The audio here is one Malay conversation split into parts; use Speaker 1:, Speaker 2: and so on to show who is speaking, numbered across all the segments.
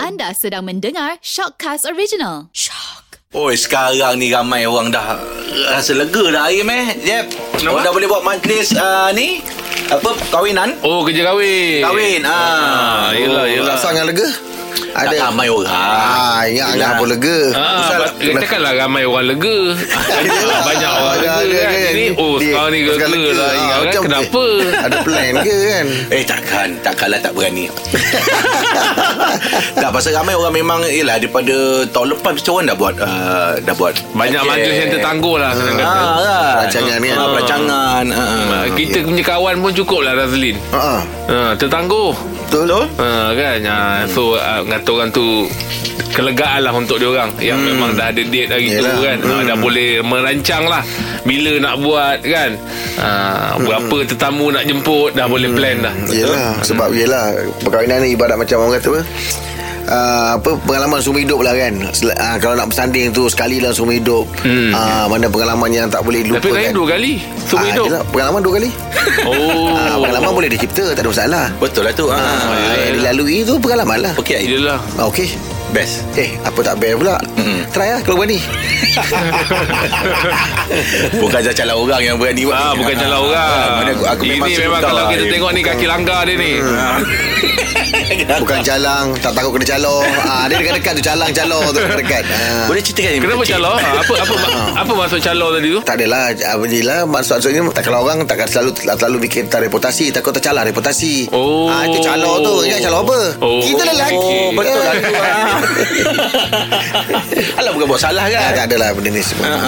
Speaker 1: Anda sedang mendengar Shockcast Original.
Speaker 2: Oi sekarang ni ramai orang dah rasa lega dah Aim eh Jeb
Speaker 3: Kenapa?
Speaker 2: Orang dah boleh buat majlis uh, ni Apa kawinan
Speaker 3: Oh kerja kahwin
Speaker 2: Kahwin ah.
Speaker 3: ah, Yelah yelah
Speaker 4: Rasa sangat lega
Speaker 2: Ada
Speaker 4: Ada
Speaker 2: ramai orang
Speaker 4: Ah, ingat ada apa lega Pasal-
Speaker 3: Ah, katakanlah ramai orang lega
Speaker 4: Yelah.
Speaker 3: kan Banyak orang
Speaker 4: Ada-
Speaker 3: lega
Speaker 4: ada
Speaker 3: kan Jadi oh
Speaker 4: Dia-
Speaker 3: sekarang ni
Speaker 4: sekarang
Speaker 3: lega lah
Speaker 4: Ah,
Speaker 3: Ingat kan
Speaker 4: macam,
Speaker 3: kenapa
Speaker 4: eh, Ada plan ke kan
Speaker 2: Eh takkan Takkanlah tak berani Tak pasal ramai orang memang Yelah daripada tahun lepas Macam orang dah buat uh, Dah buat
Speaker 3: Banyak
Speaker 2: projek.
Speaker 3: majlis yang tertangguh lah
Speaker 2: Ah,
Speaker 3: senang kata.
Speaker 2: kan.
Speaker 4: Perancangan kan?
Speaker 2: ah, Perancangan ah.
Speaker 3: Ah, Kita punya kawan pun cukup lah Razlin
Speaker 4: Ah,
Speaker 3: ah, Tertangguh
Speaker 4: Betul
Speaker 3: ah, kan ah, So ah, kata orang tu Kelegaan lah untuk diorang Yang memang dah ada date hari
Speaker 4: Hmm. Yelah. Hmm.
Speaker 3: tu kan ah, Dah boleh merancang lah Bila nak buat kan ah, Berapa tetamu nak jemput Dah boleh plan dah
Speaker 4: Hmm. Yelah Sebab yelah Perkahwinan ni ibarat macam orang kata apa Uh, apa pengalaman seumur hidup lah kan Sel- uh, kalau nak bersanding tu sekali dalam seumur hidup hmm. uh, mana pengalaman yang tak boleh
Speaker 3: Tapi
Speaker 4: lupakan
Speaker 3: lain dua kali Seumur
Speaker 4: kan? Ah,
Speaker 3: hidup
Speaker 4: yelah, pengalaman dua kali
Speaker 3: Oh ya,
Speaker 4: Ah, pengalaman boleh dicipta tak ada masalah
Speaker 2: Betul lah tu ah.
Speaker 4: Ah, yang dilalui tu pengalaman lah
Speaker 2: Okey Aim
Speaker 3: Yelah
Speaker 4: Ah, Okey
Speaker 2: Best
Speaker 4: Eh apa tak bear pula mm Try lah kalau berani
Speaker 2: Bukan jacalah orang yang berani buat
Speaker 3: Ah, bukan jalan orang.
Speaker 2: Ah, Mana aku, aku
Speaker 3: Ini
Speaker 2: memang
Speaker 3: memang,
Speaker 2: suka lah.
Speaker 3: kalau kita
Speaker 2: Aim.
Speaker 3: tengok ni kaki langgar dia ni.
Speaker 2: Kan?
Speaker 4: Bukan jalang Tak takut kena calor ah, Dia dekat-dekat tu Calang-calor tu dekat-dekat ah.
Speaker 2: Boleh ceritakan Aim?
Speaker 3: Kenapa calo? Ah, apa apa apa maksud calo tadi tu?
Speaker 4: tak adalah Apabila Maksud-maksudnya tak, Kalau orang takkan selalu Selalu fikir tentang reputasi Takut tercalar reputasi
Speaker 3: Oh.
Speaker 4: ah, Itu calor tu Ingat calor apa
Speaker 3: Oh.
Speaker 4: Kita lelaki
Speaker 2: Oh, betul lah tu. ah. Alah bukan buat salah
Speaker 4: ah,
Speaker 2: kan.
Speaker 4: Tak adalah benda ni semua
Speaker 2: Ah.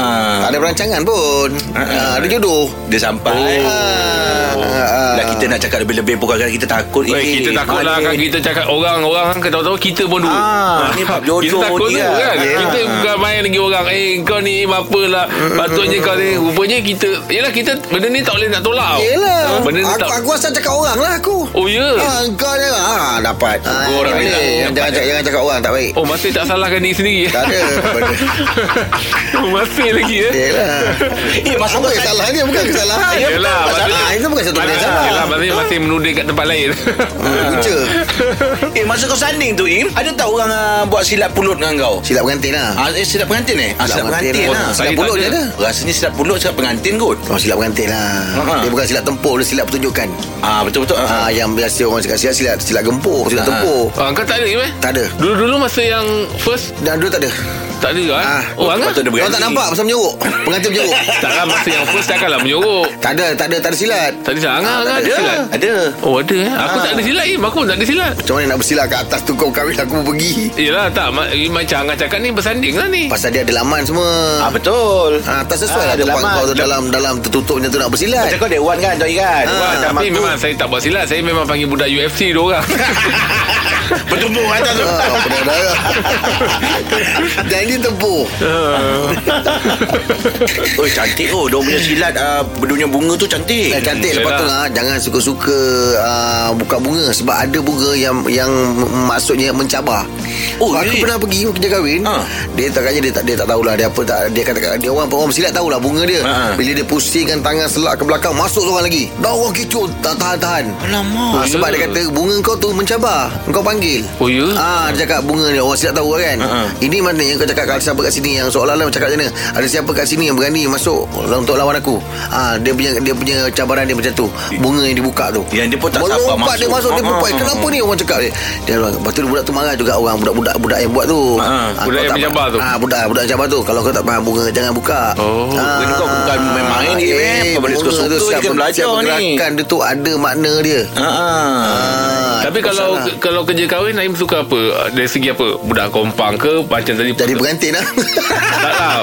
Speaker 4: Tak ada perancangan pun ah, Ada jodoh
Speaker 2: Dia sampai.
Speaker 3: Oh.
Speaker 4: Ah,
Speaker 2: Oh. Lah kita nak cakap lebih-lebih bukan kerana kita takut.
Speaker 3: Weh, kita takut lah kan kita cakap orang-orang kan tahu-tahu kita pun dua.
Speaker 2: Ah, ni bab jodoh
Speaker 3: kita takut
Speaker 2: ni
Speaker 3: tu
Speaker 2: kan.
Speaker 3: kan.
Speaker 2: Yeah.
Speaker 3: Kita bukan main lagi orang. Eh kau ni apalah. Patutnya kau ni rupanya kita yalah kita benda ni tak boleh nak tolak. tau.
Speaker 4: Yelah
Speaker 3: Benda ni
Speaker 4: aku,
Speaker 3: tak
Speaker 4: aku asal cakap orang lah aku
Speaker 3: Oh ya.
Speaker 4: Ah, kau ni ah, dapat. Ah,
Speaker 3: Kau orang lah. ni
Speaker 4: ni
Speaker 3: tak
Speaker 4: boleh. Jangan, jangan, jangan cakap orang tak baik.
Speaker 3: Oh masih tak salahkan diri sendiri. ya?
Speaker 4: Tak ada. benda.
Speaker 3: masih lagi ya.
Speaker 4: Yelah.
Speaker 2: Eh, masa
Speaker 4: Apa salah dia bukan kesalahan.
Speaker 3: Yelah,
Speaker 4: masalah.
Speaker 3: maksudnya-
Speaker 4: Itu bukan satu benda yang salah.
Speaker 3: Yelah, maksudnya masih menuding kat tempat lain.
Speaker 4: Hmm, Punca.
Speaker 2: eh, masa kau sanding tu Im, ada tak orang ah, buat silap pulut dengan kau?
Speaker 4: Silap pengantin lah.
Speaker 2: Ah, eh, silap pengantin eh? Ah, silap, pengantin,
Speaker 4: lah.
Speaker 2: lah.
Speaker 3: Oh, Saya
Speaker 4: Silap
Speaker 3: tak
Speaker 4: pulut
Speaker 3: ada.
Speaker 4: dia ada.
Speaker 2: Rasanya silap pulut silap pengantin kot.
Speaker 4: Oh, silap pengantin lah.
Speaker 2: Ha-ha.
Speaker 4: Dia bukan silap tempur, dia silap pertunjukan.
Speaker 2: Ah, betul-betul. Ah.
Speaker 4: Ah, yang biasa orang cakap silap, silap, silap gempur, silap
Speaker 2: Ha.
Speaker 4: tempur.
Speaker 3: Ah, kau tak ada Im eh?
Speaker 4: Tak ada.
Speaker 3: Dulu-dulu masa yang first
Speaker 4: Dan dulu tak ada.
Speaker 3: tak ada kan?
Speaker 4: Ah,
Speaker 3: oh, Angah?
Speaker 2: patut dia berani.
Speaker 4: Kau tak nampak pasal menyorok. Pengantin menyorok.
Speaker 3: Takkan masa yang first takkanlah menyorok.
Speaker 4: Tak ada, tak ada, tak ada silat.
Speaker 3: Tadi tak Angah Angah ada silat.
Speaker 2: Ada.
Speaker 3: Oh ada eh. Aku
Speaker 4: Ah.
Speaker 3: tak ada silat Im. Aku pun tak ada silat.
Speaker 4: Macam mana nak bersilat kat atas tu kau kahwin aku pun pergi.
Speaker 3: Yelah tak ma- Macam Angah cakap ni Bersanding lah ni
Speaker 4: Pasal dia ada laman semua.
Speaker 2: Ah, betul.
Speaker 4: Ah, tak sesuai
Speaker 2: Ah,
Speaker 4: lah
Speaker 2: ada
Speaker 4: tempat
Speaker 2: laman.
Speaker 4: kau tu dalam dalam tertutupnya tu nak bersilat.
Speaker 2: Macam kau dia one kan, Doi kan?
Speaker 3: Wah,
Speaker 2: Wan,
Speaker 3: Ah, Tapi
Speaker 2: aku-
Speaker 3: memang saya tak buat silat Saya memang panggil budak UFC dia orang
Speaker 2: Bertumbuk atas eh, tu.
Speaker 4: Ah, penuh darah. Dan ini tempur.
Speaker 2: Oi cantik oh Dia punya silat uh, Dunia bunga tu cantik
Speaker 4: Eh, cantik lepas tu lah jangan suka-suka uh, buka bunga sebab ada bunga yang yang m- maksudnya mencabar.
Speaker 2: Oh,
Speaker 4: Oh, aku
Speaker 2: really?
Speaker 4: pernah pergi kerja kahwin.
Speaker 2: Ah.
Speaker 4: Dia tak kaya dia tak dia tak tahulah dia apa tak dia kata dia orang orang silat tahulah bunga dia.
Speaker 2: Ah, ah.
Speaker 4: Bila dia pusingkan tangan selak ke belakang masuk seorang lagi. Dah orang kecoh tak tahan-tahan.
Speaker 2: Alamak
Speaker 4: Ah, sebab
Speaker 2: ya.
Speaker 4: dia kata bunga kau tu mencabar. Kau panggil.
Speaker 3: Oh ya
Speaker 4: Ah, dia cakap bunga ni orang silap tahu kan.
Speaker 2: Ha-ha.
Speaker 4: Uh-huh. Ini maknanya kau cakap kalau siapa kat sini yang seolah-olah cakap macam mana? Ada siapa kat sini yang berani masuk untuk lawan aku? Ah, dia punya dia punya cabaran dia macam tu. Bunga yang dibuka tu.
Speaker 2: Yang dia pun tak sabar
Speaker 4: Melompat
Speaker 2: masuk.
Speaker 4: dia
Speaker 2: Ah,
Speaker 4: masuk dia
Speaker 2: Ha-ha.
Speaker 4: pupuk. Kenapa ni orang cakap dia? Dia orang- lepas tu budak tu marah juga orang budak-budak budak yang buat tu.
Speaker 2: Ha-ha.
Speaker 3: Budak
Speaker 4: Ah, kau
Speaker 3: yang
Speaker 4: tak-
Speaker 3: mencabar tu.
Speaker 4: Ah, budak budak cabar tu. Kalau kau tak faham bunga jangan buka. Ah.
Speaker 3: Oh,
Speaker 2: kena kau bukan main-main ni, meh. Kau balik
Speaker 4: bunga
Speaker 2: suka-suka
Speaker 4: tu
Speaker 2: ni,
Speaker 4: siap
Speaker 2: kena
Speaker 4: ber-
Speaker 2: belajar
Speaker 4: siap
Speaker 2: ni.
Speaker 4: Pergerakan dia tu ada makna dia.
Speaker 2: Ah, ah.
Speaker 4: Ah,
Speaker 3: Tapi
Speaker 4: tak
Speaker 3: kalau
Speaker 4: salah.
Speaker 3: kalau kerja kahwin Naim suka apa Dari segi apa Budak kompang ke Macam tadi
Speaker 4: jadi pengantin lah.
Speaker 3: tak lah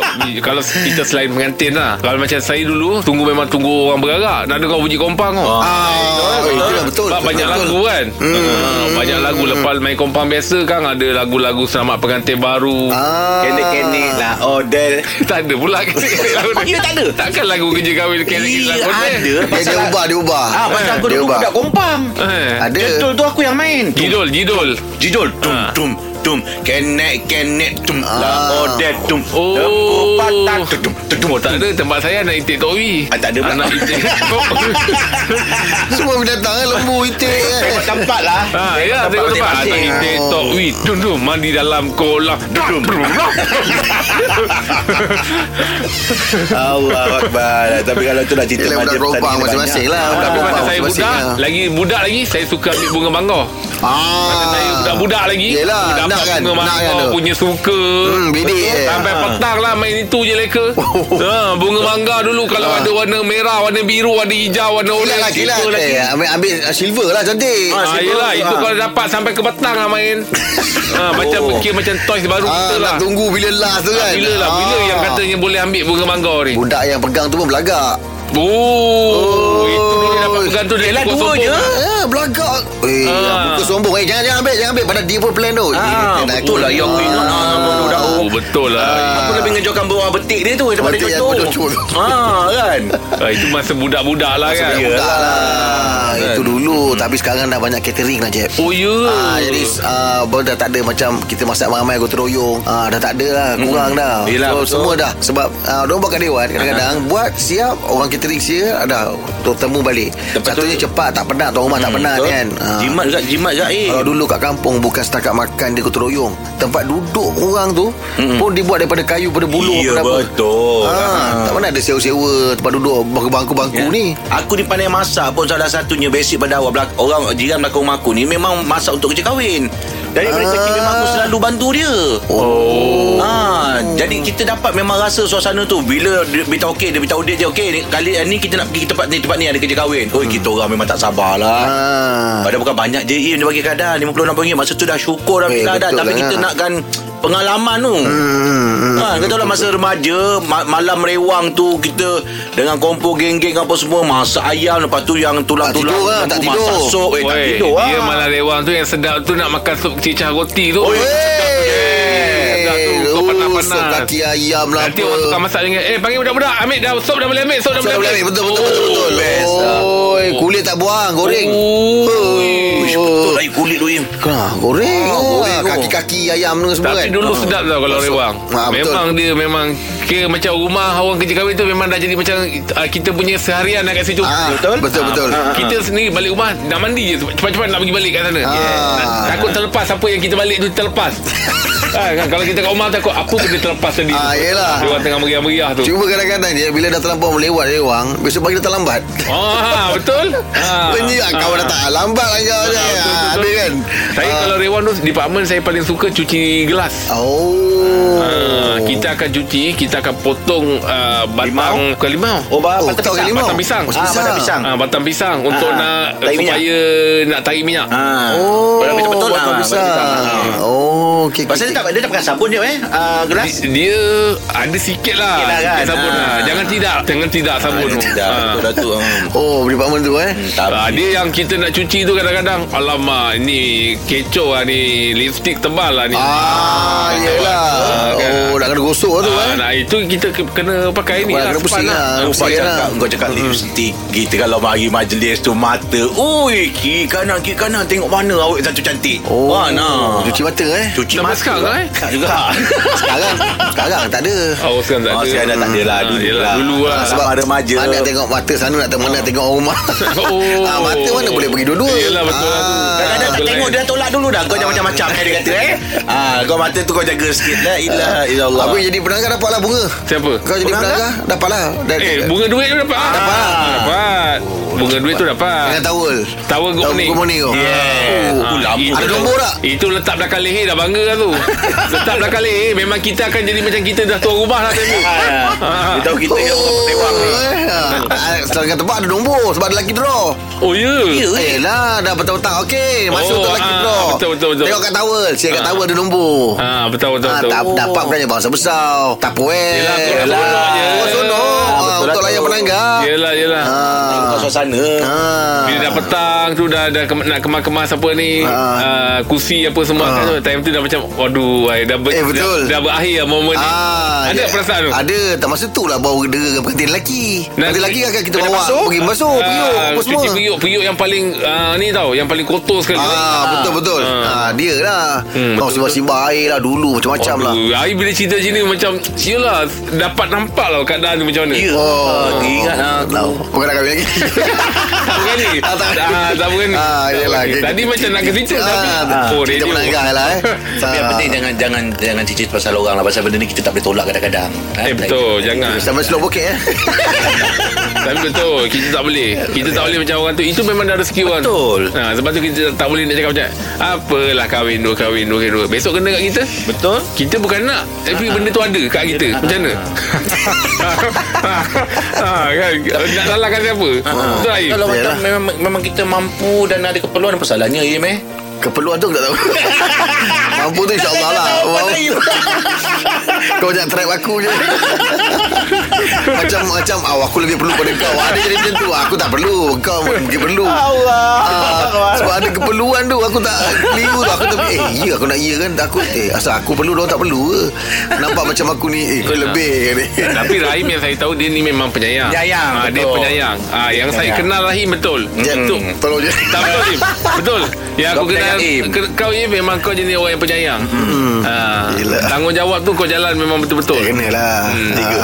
Speaker 3: Kalau kita selain pengantin lah Kalau macam saya dulu Tunggu memang tunggu orang berarak Nak dengar bunyi kompang kau ah,
Speaker 4: Ah, itulah betul.
Speaker 3: Sebab banyak
Speaker 4: betul.
Speaker 3: lagu kan Ah, Banyak lagu Lepas main kompang biasa kan Ada lagu-lagu Selamat Pengantin Baru
Speaker 4: Ah.
Speaker 2: Kenik-kenik lah Odel
Speaker 3: Tak ada pula Lagu
Speaker 2: Ya tak ada
Speaker 3: Takkan lagu kerja kahwin Kerik
Speaker 2: Ya
Speaker 3: lagu ni
Speaker 2: ada
Speaker 4: Eh, Dia, dia ubah, dia ubah.
Speaker 2: Ah, pasal aku
Speaker 4: dia
Speaker 2: dulu
Speaker 4: ubah.
Speaker 2: budak kompang
Speaker 3: Eh,
Speaker 4: Ada.
Speaker 2: Jidol tu aku yang main
Speaker 3: Jidol Jidol
Speaker 2: Jidol Tum
Speaker 3: Ah.
Speaker 2: tum tum kenek kenek tum la
Speaker 4: Ah.
Speaker 2: odet tum
Speaker 3: Oh.
Speaker 2: tepu patah tum tum
Speaker 3: Oh, tak ada tempat saya nak itik Tok Wi.
Speaker 2: Ah, tak ada pula.
Speaker 3: Anak itik.
Speaker 4: Semua binatang kan lembu itik
Speaker 3: Eh,
Speaker 2: tengok
Speaker 4: kan.
Speaker 2: tempat lah
Speaker 3: ha, ya, tengok tempat. Anak itik Tok Wi. Dun, dun, mandi dalam kolam. Dun, dun, dun.
Speaker 2: Allah Akbar Tapi kalau tu nak cerita
Speaker 4: Yelah, budak
Speaker 2: macam
Speaker 4: gerobak
Speaker 2: pertandingan
Speaker 4: masing-masing
Speaker 2: banyak.
Speaker 4: lah,
Speaker 2: Ah.
Speaker 4: budak
Speaker 3: Tapi
Speaker 4: gerobak.
Speaker 3: masa saya
Speaker 4: masing-masing
Speaker 3: budak,
Speaker 4: lah.
Speaker 3: lagi budak lagi, saya suka ambil bunga mangga.
Speaker 4: Ah.
Speaker 3: Saya budak-budak lagi
Speaker 4: Yelah,
Speaker 3: dapat
Speaker 4: nak kan,
Speaker 3: bunga
Speaker 4: nak
Speaker 3: mangga
Speaker 4: kan tu.
Speaker 3: Punya suka
Speaker 4: Hmm, bidik eh.
Speaker 3: Sampai
Speaker 4: Ha.
Speaker 3: petang lah Main itu je leka
Speaker 4: Oh. Ah.
Speaker 3: ha, Bunga mangga dulu Kalau ada warna merah Warna biru Warna hijau Warna
Speaker 4: Kilat
Speaker 3: orange
Speaker 4: lah, kilat.
Speaker 3: itu lagi.
Speaker 4: Eh, ambil, ambil silver lah cantik.
Speaker 3: Ah, yelah, itu kalau dapat sampai ke petang lah main. ah, macam
Speaker 4: Oh.
Speaker 3: kira macam toys baru kita
Speaker 4: Ah,
Speaker 3: lah.
Speaker 4: nak tunggu bila last tu kan.
Speaker 3: Bila lah, bila yang katanya boleh ambil bunga mangga ni.
Speaker 4: Budak yang pegang tu pun belagak.
Speaker 3: Oh, itu dulu dapat pegang tu dia
Speaker 2: Yelah,
Speaker 3: cukup
Speaker 2: dua
Speaker 3: sombong.
Speaker 2: je.
Speaker 4: Eh, belagak. Eh,
Speaker 3: Ah.
Speaker 4: muka sombong. Eh, jangan, jangan ambil, jangan ambil. Padahal dia pun plan tu.
Speaker 2: Ah, betul lah yang aku ingat ah, budak
Speaker 3: Oh, betul lah.
Speaker 2: Aku lebih ngejauhkan bawah betik dia tu daripada
Speaker 4: Betik yang
Speaker 2: cocok.
Speaker 4: cocok tu.
Speaker 2: Ah kan.
Speaker 3: Ah, itu masa budak-budak lah kan.
Speaker 2: budak.
Speaker 4: Tak lah
Speaker 2: Kan?
Speaker 4: Itu
Speaker 2: Hmm.
Speaker 4: dulu Tapi sekarang dah banyak catering lah Jeb
Speaker 3: Oh, ya.
Speaker 4: Ah, jadi ah, baru dah tak ada macam kita masak ramai gotong royong. Ah, dah tak ada lah, kurang dah.
Speaker 2: Hmm. Yelah, betul.
Speaker 4: semua dah sebab ah, orang buat kat dewan kadang-kadang buat siap orang catering siap ada untuk temu balik.
Speaker 2: Lepas tu- Hmm,
Speaker 4: Satunya cepat tak penat tuan rumah tak penat
Speaker 2: Betul?
Speaker 4: kan. Ah.
Speaker 2: Jimat juga jimat juga eh.
Speaker 4: Kalau dulu kat kampung bukan setakat makan dia gotong royong. Tempat duduk orang tu mm pun dibuat daripada kayu pada buluh
Speaker 2: Hmm. Iya
Speaker 4: pada apa.
Speaker 2: betul.
Speaker 4: Ah, tak pernah ada sewa-sewa tempat duduk bangku-bangku
Speaker 2: Ya.
Speaker 4: ni.
Speaker 2: Aku ni pandai masak pun salah satunya basic pada awal belak- orang jiran belakang rumah aku ni memang masak untuk kerja kahwin. Dari mereka
Speaker 4: Ah.
Speaker 2: kecil memang aku selalu bantu dia. Oh. Ha, jadi kita dapat memang rasa suasana tu bila dia beritahu okey dia beritahu dia je okey ni- kali eh, ni kita nak pergi tempat ni tempat ni ada kerja kahwin. Oh kita orang memang tak sabarlah.
Speaker 4: Hmm. Ah.
Speaker 2: Padahal bukan banyak je Im Dia bagi kadar RM56 Masa tu dah syukur dah
Speaker 4: Eh,
Speaker 2: bagi kadar
Speaker 4: betul
Speaker 2: Tapi
Speaker 4: lah.
Speaker 2: kita nakkan pengalaman tu hmm, ha, Kata lah masa remaja ma- Malam rewang tu Kita dengan kompor geng-geng apa semua Masak ayam Lepas tu yang tulang-tulang
Speaker 4: tidur lah,
Speaker 2: lepas
Speaker 4: tak
Speaker 2: tu Masak
Speaker 4: tidur.
Speaker 2: sop eh, Tak
Speaker 3: Oi,
Speaker 2: tidur lah
Speaker 3: Dia malah rewang tu yang sedap tu nak makan sup cicah roti Oh, tu.
Speaker 4: Oi.
Speaker 3: sedap tu, kau panas-panas.
Speaker 4: Sup kaki ayam lah
Speaker 3: Nanti
Speaker 4: apa.
Speaker 3: orang tukar masak dengan Eh panggil budak-budak Ambil dah Sop dah boleh ambil Sop dah
Speaker 4: Sup
Speaker 3: boleh
Speaker 4: dah boleh ambil. Betul betul betul betul.
Speaker 2: best lah.
Speaker 4: Oi, kulit tak buang, goreng.
Speaker 3: Oh, Ui.
Speaker 2: Betul lah Im, kulit tu Im
Speaker 4: Kena goreng.
Speaker 2: Ah,
Speaker 4: lah.
Speaker 2: goreng tu.
Speaker 4: Kaki-kaki ayam ni semua
Speaker 3: Tapi
Speaker 4: kan.
Speaker 3: dulu
Speaker 4: Ah.
Speaker 3: sedap tau kalau rewang
Speaker 4: Ha, betul.
Speaker 3: Memang dia memang Kira macam rumah orang kerja kahwin tu Memang dah jadi macam ah, Kita punya seharian lah kat situ
Speaker 4: Ah,
Speaker 2: Betul?
Speaker 4: Betul
Speaker 3: Ah,
Speaker 4: betul.
Speaker 3: Kita sendiri balik rumah Nak mandi je Cepat-cepat nak pergi balik kat sana
Speaker 4: Ah.
Speaker 3: Takut terlepas Apa yang kita balik tu terlepas ah, kan, Kalau kita kat rumah takut Apa benda terlepas tadi
Speaker 4: Ah, yelah.
Speaker 3: Dia orang tengah meriah-meriah tu
Speaker 4: Cuma kadang-kadang dia bila dah terlampau melewat rewang, besok pagi dah terlambat.
Speaker 3: Ah, betul ah.
Speaker 4: Benyi ah, kau dah tak lambat lah kau ni. Ah, Ada kan?
Speaker 3: Saya
Speaker 4: Ah.
Speaker 3: kalau rewang tu Department saya paling suka Cuci gelas
Speaker 4: Oh.
Speaker 3: Ah, kita akan cuci Kita akan potong uh, Batang Bukan limau
Speaker 2: Oh, bah,
Speaker 4: Oh,
Speaker 2: patah
Speaker 4: tak
Speaker 2: pisang
Speaker 4: limau.
Speaker 3: batang pisang.
Speaker 4: Oh,
Speaker 2: Ah, batang pisang.
Speaker 3: Ah, batang pisang untuk
Speaker 2: Ah,
Speaker 3: nak
Speaker 2: tarik minyak.
Speaker 3: supaya nak tarik minyak.
Speaker 2: ha.
Speaker 4: Oh, Ah.
Speaker 2: Betul betul lah, Ah,
Speaker 4: batang pisang. Oh, okey.
Speaker 2: Pasal dia tak dia tak pakai sabun dia eh Ah, Gelas
Speaker 3: Dia, dia ada sikit lah,
Speaker 2: Sikit lah kan?
Speaker 3: sikit sabun
Speaker 2: Ah.
Speaker 3: lah. Jangan tidak, jangan tidak sabun tu.
Speaker 2: Tidak
Speaker 3: Ah.
Speaker 2: Betul lah tu hmm.
Speaker 4: Oh, beli pakman tu eh.
Speaker 2: Tapi
Speaker 3: Ah, dia yang kita nak cuci tu kadang-kadang Alamak ni kecoh lah ni Lipstick tebal lah ni
Speaker 4: Ah, yelah.
Speaker 3: Ah, kan?
Speaker 4: Oh, nak kena gosok lah tu eh.
Speaker 3: Ah, nah, Itu kita ke- kena pakai ni
Speaker 4: Wah,
Speaker 3: lah
Speaker 4: kena
Speaker 3: sepan
Speaker 4: pusing lah.
Speaker 3: lah.
Speaker 4: Kena
Speaker 2: Kau
Speaker 4: pusing lah.
Speaker 2: cakap, kau cakap lipstick Kita kalau mari majlis tu Mata Ui Kiri kanan Kiri kanan Tengok mana awak satu cantik
Speaker 4: Oh,
Speaker 2: Wah, nah.
Speaker 4: Cuci mata eh.
Speaker 2: Cuci
Speaker 3: Sampai
Speaker 2: mata lah.
Speaker 3: sekarang, eh?
Speaker 2: Tak juga
Speaker 4: Sekarang, sekarang tak ada.
Speaker 3: Oh sekarang tak
Speaker 2: Oh,
Speaker 3: ada
Speaker 2: sekarang dah tak ada lah
Speaker 3: Ah,
Speaker 2: Dulu
Speaker 3: yelah,
Speaker 2: lah
Speaker 3: Dulu lah
Speaker 2: Ah, Sebab remaja
Speaker 4: Mana tengok mata sana nak tengok mana tengok rumah.
Speaker 3: Oh.
Speaker 4: Ah, mata mana boleh pergi dua-dua. Ah.
Speaker 3: Yelah, betul lah tu.
Speaker 2: Kadang-kadang tak
Speaker 3: Betul
Speaker 2: tengok
Speaker 3: lain.
Speaker 2: Dia dah tolak dulu dah Kau jangan macam-macam eh, Dia kata eh ah, Kau mata tu kau jaga sikit lah. La ilah ilallah
Speaker 4: Aku jadi penangkah dapatlah bunga.
Speaker 3: Siapa?
Speaker 4: Kau jadi
Speaker 2: Penangkah?
Speaker 4: penangkah dapatlah. Dan,
Speaker 3: Eh, bunga duit tu dapat. Ah,
Speaker 4: Dapat.
Speaker 3: Dapat. Bunga duit tu dapat.
Speaker 4: dengan tawel.
Speaker 3: Tawel good morning.
Speaker 4: good morning kau.
Speaker 2: Yeah.
Speaker 4: Oh.
Speaker 2: Ah,
Speaker 3: Ah,
Speaker 2: lama.
Speaker 3: itu-
Speaker 4: Ada nombor tak?
Speaker 3: Itu letak belakang leher dah bangga lah tu Letak belakang leher Memang kita akan jadi macam kita dah tuan rumah lah tu
Speaker 2: Ah, Oh. Dia tahu kita yang orang tewang ni
Speaker 4: eh. Ah, Sedangkan tempat ada nombor Sebab ada lelaki draw
Speaker 3: Oh ya yeah.
Speaker 4: Eh lah Dah petang-petang Okey Masuk
Speaker 3: Oh,
Speaker 4: untuk lelaki
Speaker 3: ah,
Speaker 4: draw
Speaker 3: betul, betul, betul.
Speaker 4: Tengok kat tawel Siap kat tawel ada nombor
Speaker 3: Ha, betul betul
Speaker 4: Ah,
Speaker 3: betul.
Speaker 4: tak, dapat bukannya bangsa besar Tupperware
Speaker 3: Yelah, lah,
Speaker 4: Yelah
Speaker 3: korang seronok je.
Speaker 4: Korang seronok
Speaker 2: Ah,
Speaker 4: Ah,
Speaker 2: betul
Speaker 4: Untuk
Speaker 2: lah
Speaker 4: layan
Speaker 2: tu.
Speaker 4: pelanggar
Speaker 3: Yelah yelah.
Speaker 4: Ah.
Speaker 2: Kau suasana
Speaker 4: Ah.
Speaker 3: Bila dah petang tu dah, dah kem, nak kemas-kemas apa ni.
Speaker 4: Ah.
Speaker 3: uh, kursi apa semua
Speaker 4: Ah.
Speaker 3: kan time tu dah macam waduh ai dah, ber,
Speaker 4: Eh, betul.
Speaker 3: dah, dah berakhir lah momen
Speaker 4: Ah,
Speaker 3: ni. Ada
Speaker 4: ya.
Speaker 3: perasaan tu?
Speaker 4: Ada Tak masa tu lah Bawa dera dengan pengantin lelaki Pengantin lelaki akan kita
Speaker 3: kena
Speaker 4: bawa
Speaker 3: basuh.
Speaker 4: Pergi
Speaker 3: Ah,
Speaker 4: basuh oh, Periuk Apa semua
Speaker 3: Cuci periuk Periuk yang paling ah, Ni tau Yang paling kotor sekali
Speaker 4: Ah, betul betul. Ah, dia lah.
Speaker 3: Hmm,
Speaker 4: Hmm,
Speaker 3: betul,
Speaker 4: Sibah air lah dulu macam-macam lah.
Speaker 3: Aduh, Hari bila cerita macam ni Macam Yelah Dapat nampak lah Keadaan tu macam mana
Speaker 2: Ya.
Speaker 3: Ah,
Speaker 4: Oh,
Speaker 2: Ingat lah
Speaker 4: tak. Bukan nak kahwin lagi.
Speaker 3: Tak berani
Speaker 4: Ah, tak berani.
Speaker 3: Ah, Tak berani
Speaker 4: Ah,
Speaker 3: Tak
Speaker 4: yelah.
Speaker 3: berani. Tadi macam nak ke situ Tapi
Speaker 4: Ah,
Speaker 3: Oh
Speaker 4: kita
Speaker 3: radio
Speaker 4: menangkah lah eh.
Speaker 2: Tapi yang penting jangan jangan jangan cicit pasal orang lah pasal benda ni kita tak boleh tolak kadang-kadang. Ah,
Speaker 3: Eh betul Jangan
Speaker 4: Sama slow poket eh.
Speaker 3: Tapi betul Kita tak boleh Kita tak boleh macam orang tu Itu memang dah rezeki orang
Speaker 2: Betul.
Speaker 3: ha, Sebab tu kita tak boleh nak cakap macam Apalah kahwin dua kahwin dua kahwin dua Besok kena kat kita
Speaker 2: Betul.
Speaker 3: Kita bukan nak Tapi benda tu ada kat kita Macam mana? ha, kan? Nak salahkan siapa? Betul Aim?
Speaker 2: Ha. Kalau macam
Speaker 4: Yalah.
Speaker 2: memang, memang kita mampu dan ada keperluan apa salahnya Im eh?
Speaker 4: Keperluan tu aku tak tahu. Mampu tu insya-Allah lah. Wow. Kau jangan trap aku je. macam macam oh, aku lebih perlu pada kau. Ada jadi macam tu. Aku tak perlu. Kau mungkin perlu. Ah, sebab ada keperluan tu Aku tak keliru tu Aku tu Eh ya aku nak ya kan Aku eh asal aku perlu Diorang tak perlu ke Nampak macam aku ni Eh kau lebih kan ni
Speaker 3: Tapi Rahim yang saya tahu Dia ni memang penyayang
Speaker 2: Penyayang,
Speaker 3: Ah, Dia
Speaker 2: betul.
Speaker 3: penyayang Ah, Yang saya
Speaker 2: Penyayang.
Speaker 3: kenal Rahim betul
Speaker 4: Jep
Speaker 3: Betul
Speaker 4: Tolong je
Speaker 3: tak betul Im Betul Yang
Speaker 2: Kau
Speaker 3: aku kenal
Speaker 2: penyayang, Im.
Speaker 3: ke- Kau Im memang kau jenis orang yang penyayang hmm. ha,
Speaker 4: Yelah.
Speaker 3: Tanggungjawab tu kau jalan memang betul-betul
Speaker 4: Kena lah Tiga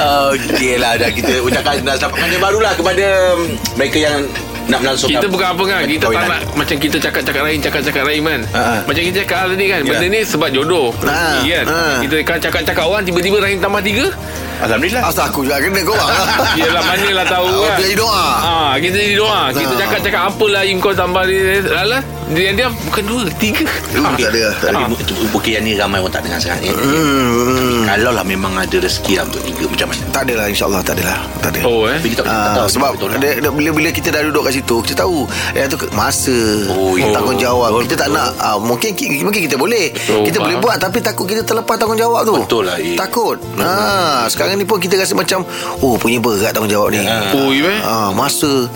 Speaker 2: Okey lah dah kita ucapkan dah dapatkan dia barulah kepada um, mereka yang nak melangsungkan
Speaker 3: Kita bukan apa kan Kita tak nak Macam kita cakap-cakap lain Cakap-cakap lain kan
Speaker 2: Ha, ha.
Speaker 3: Macam kita cakap hal tadi kan Benda
Speaker 2: Ya.
Speaker 3: ni sebab jodoh
Speaker 4: Ha,
Speaker 3: Rezeki kan
Speaker 4: ha.
Speaker 3: Kita kan cakap-cakap orang Tiba-tiba Rahim tambah tiga
Speaker 2: Alhamdulillah
Speaker 4: Asal aku juga kena kau lah
Speaker 3: Yelah manalah tahu
Speaker 4: Aku
Speaker 3: kan
Speaker 4: jadi doa
Speaker 3: Ah, kita jadi doa. Kita
Speaker 4: Ah.
Speaker 3: cakap-cakap apalah Im kau tambah dia. Lala, dia dia bukan dua, tiga.
Speaker 4: Uh, Tak ada
Speaker 2: Tapi bu- tu- Bukit yang ni ramai orang tak dengar sekarang ni
Speaker 4: Hmm,
Speaker 2: Kalau lah memang ada rezeki lah untuk tiga macam mana
Speaker 4: Tak adalah insyaAllah Tak adalah Tak ada
Speaker 3: Oh eh.
Speaker 2: Tapi kita tak
Speaker 4: Ah,
Speaker 2: tahu
Speaker 4: sebab
Speaker 2: betul tak.
Speaker 4: dia, dia, bila bila kita dah duduk kat situ kita tahu eh tu ke- masa
Speaker 2: Oh, ya.
Speaker 4: tanggungjawab
Speaker 2: Betul,
Speaker 4: kita tak
Speaker 2: betul.
Speaker 4: nak ah, mungkin ki- mungkin kita boleh
Speaker 3: Betul,
Speaker 4: kita
Speaker 3: faham.
Speaker 4: boleh buat tapi takut kita terlepas tanggungjawab tu
Speaker 2: Betul lah, eh.
Speaker 4: takut ha sekarang ni pun kita rasa macam oh punya berat tanggungjawab ni
Speaker 2: Ya.
Speaker 3: Oh, Im eh.
Speaker 4: Ah, masa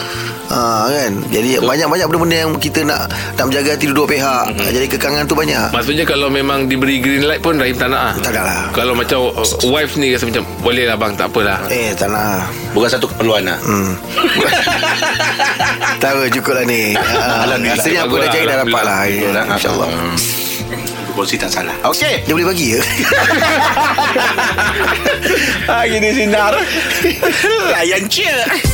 Speaker 4: ah, kan jadi banyak-banyak benda-benda yang kita nak nak menjaga hati dua pihak
Speaker 2: Mhm.
Speaker 4: jadi kekangan tu banyak
Speaker 3: Maksudnya kalau memang diberi green light pun Rahim tak nak ah.
Speaker 4: Tak nak lah.
Speaker 3: Kalau macam uh, wife ni rasa macam boleh lah bang tak apalah.
Speaker 4: eh tak nak
Speaker 2: Bukan satu keperluan lah
Speaker 4: Hmm. tahu cukup lah ni ah,
Speaker 2: Alhamdulillah.
Speaker 4: rasanya aku dah cari dah dapat lah
Speaker 2: Betul lah.
Speaker 4: insyaAllah
Speaker 2: Hmm. Kongsi tak salah
Speaker 4: Okey. Dia boleh bagi ke?
Speaker 2: Ah, gini sinar Layan cheer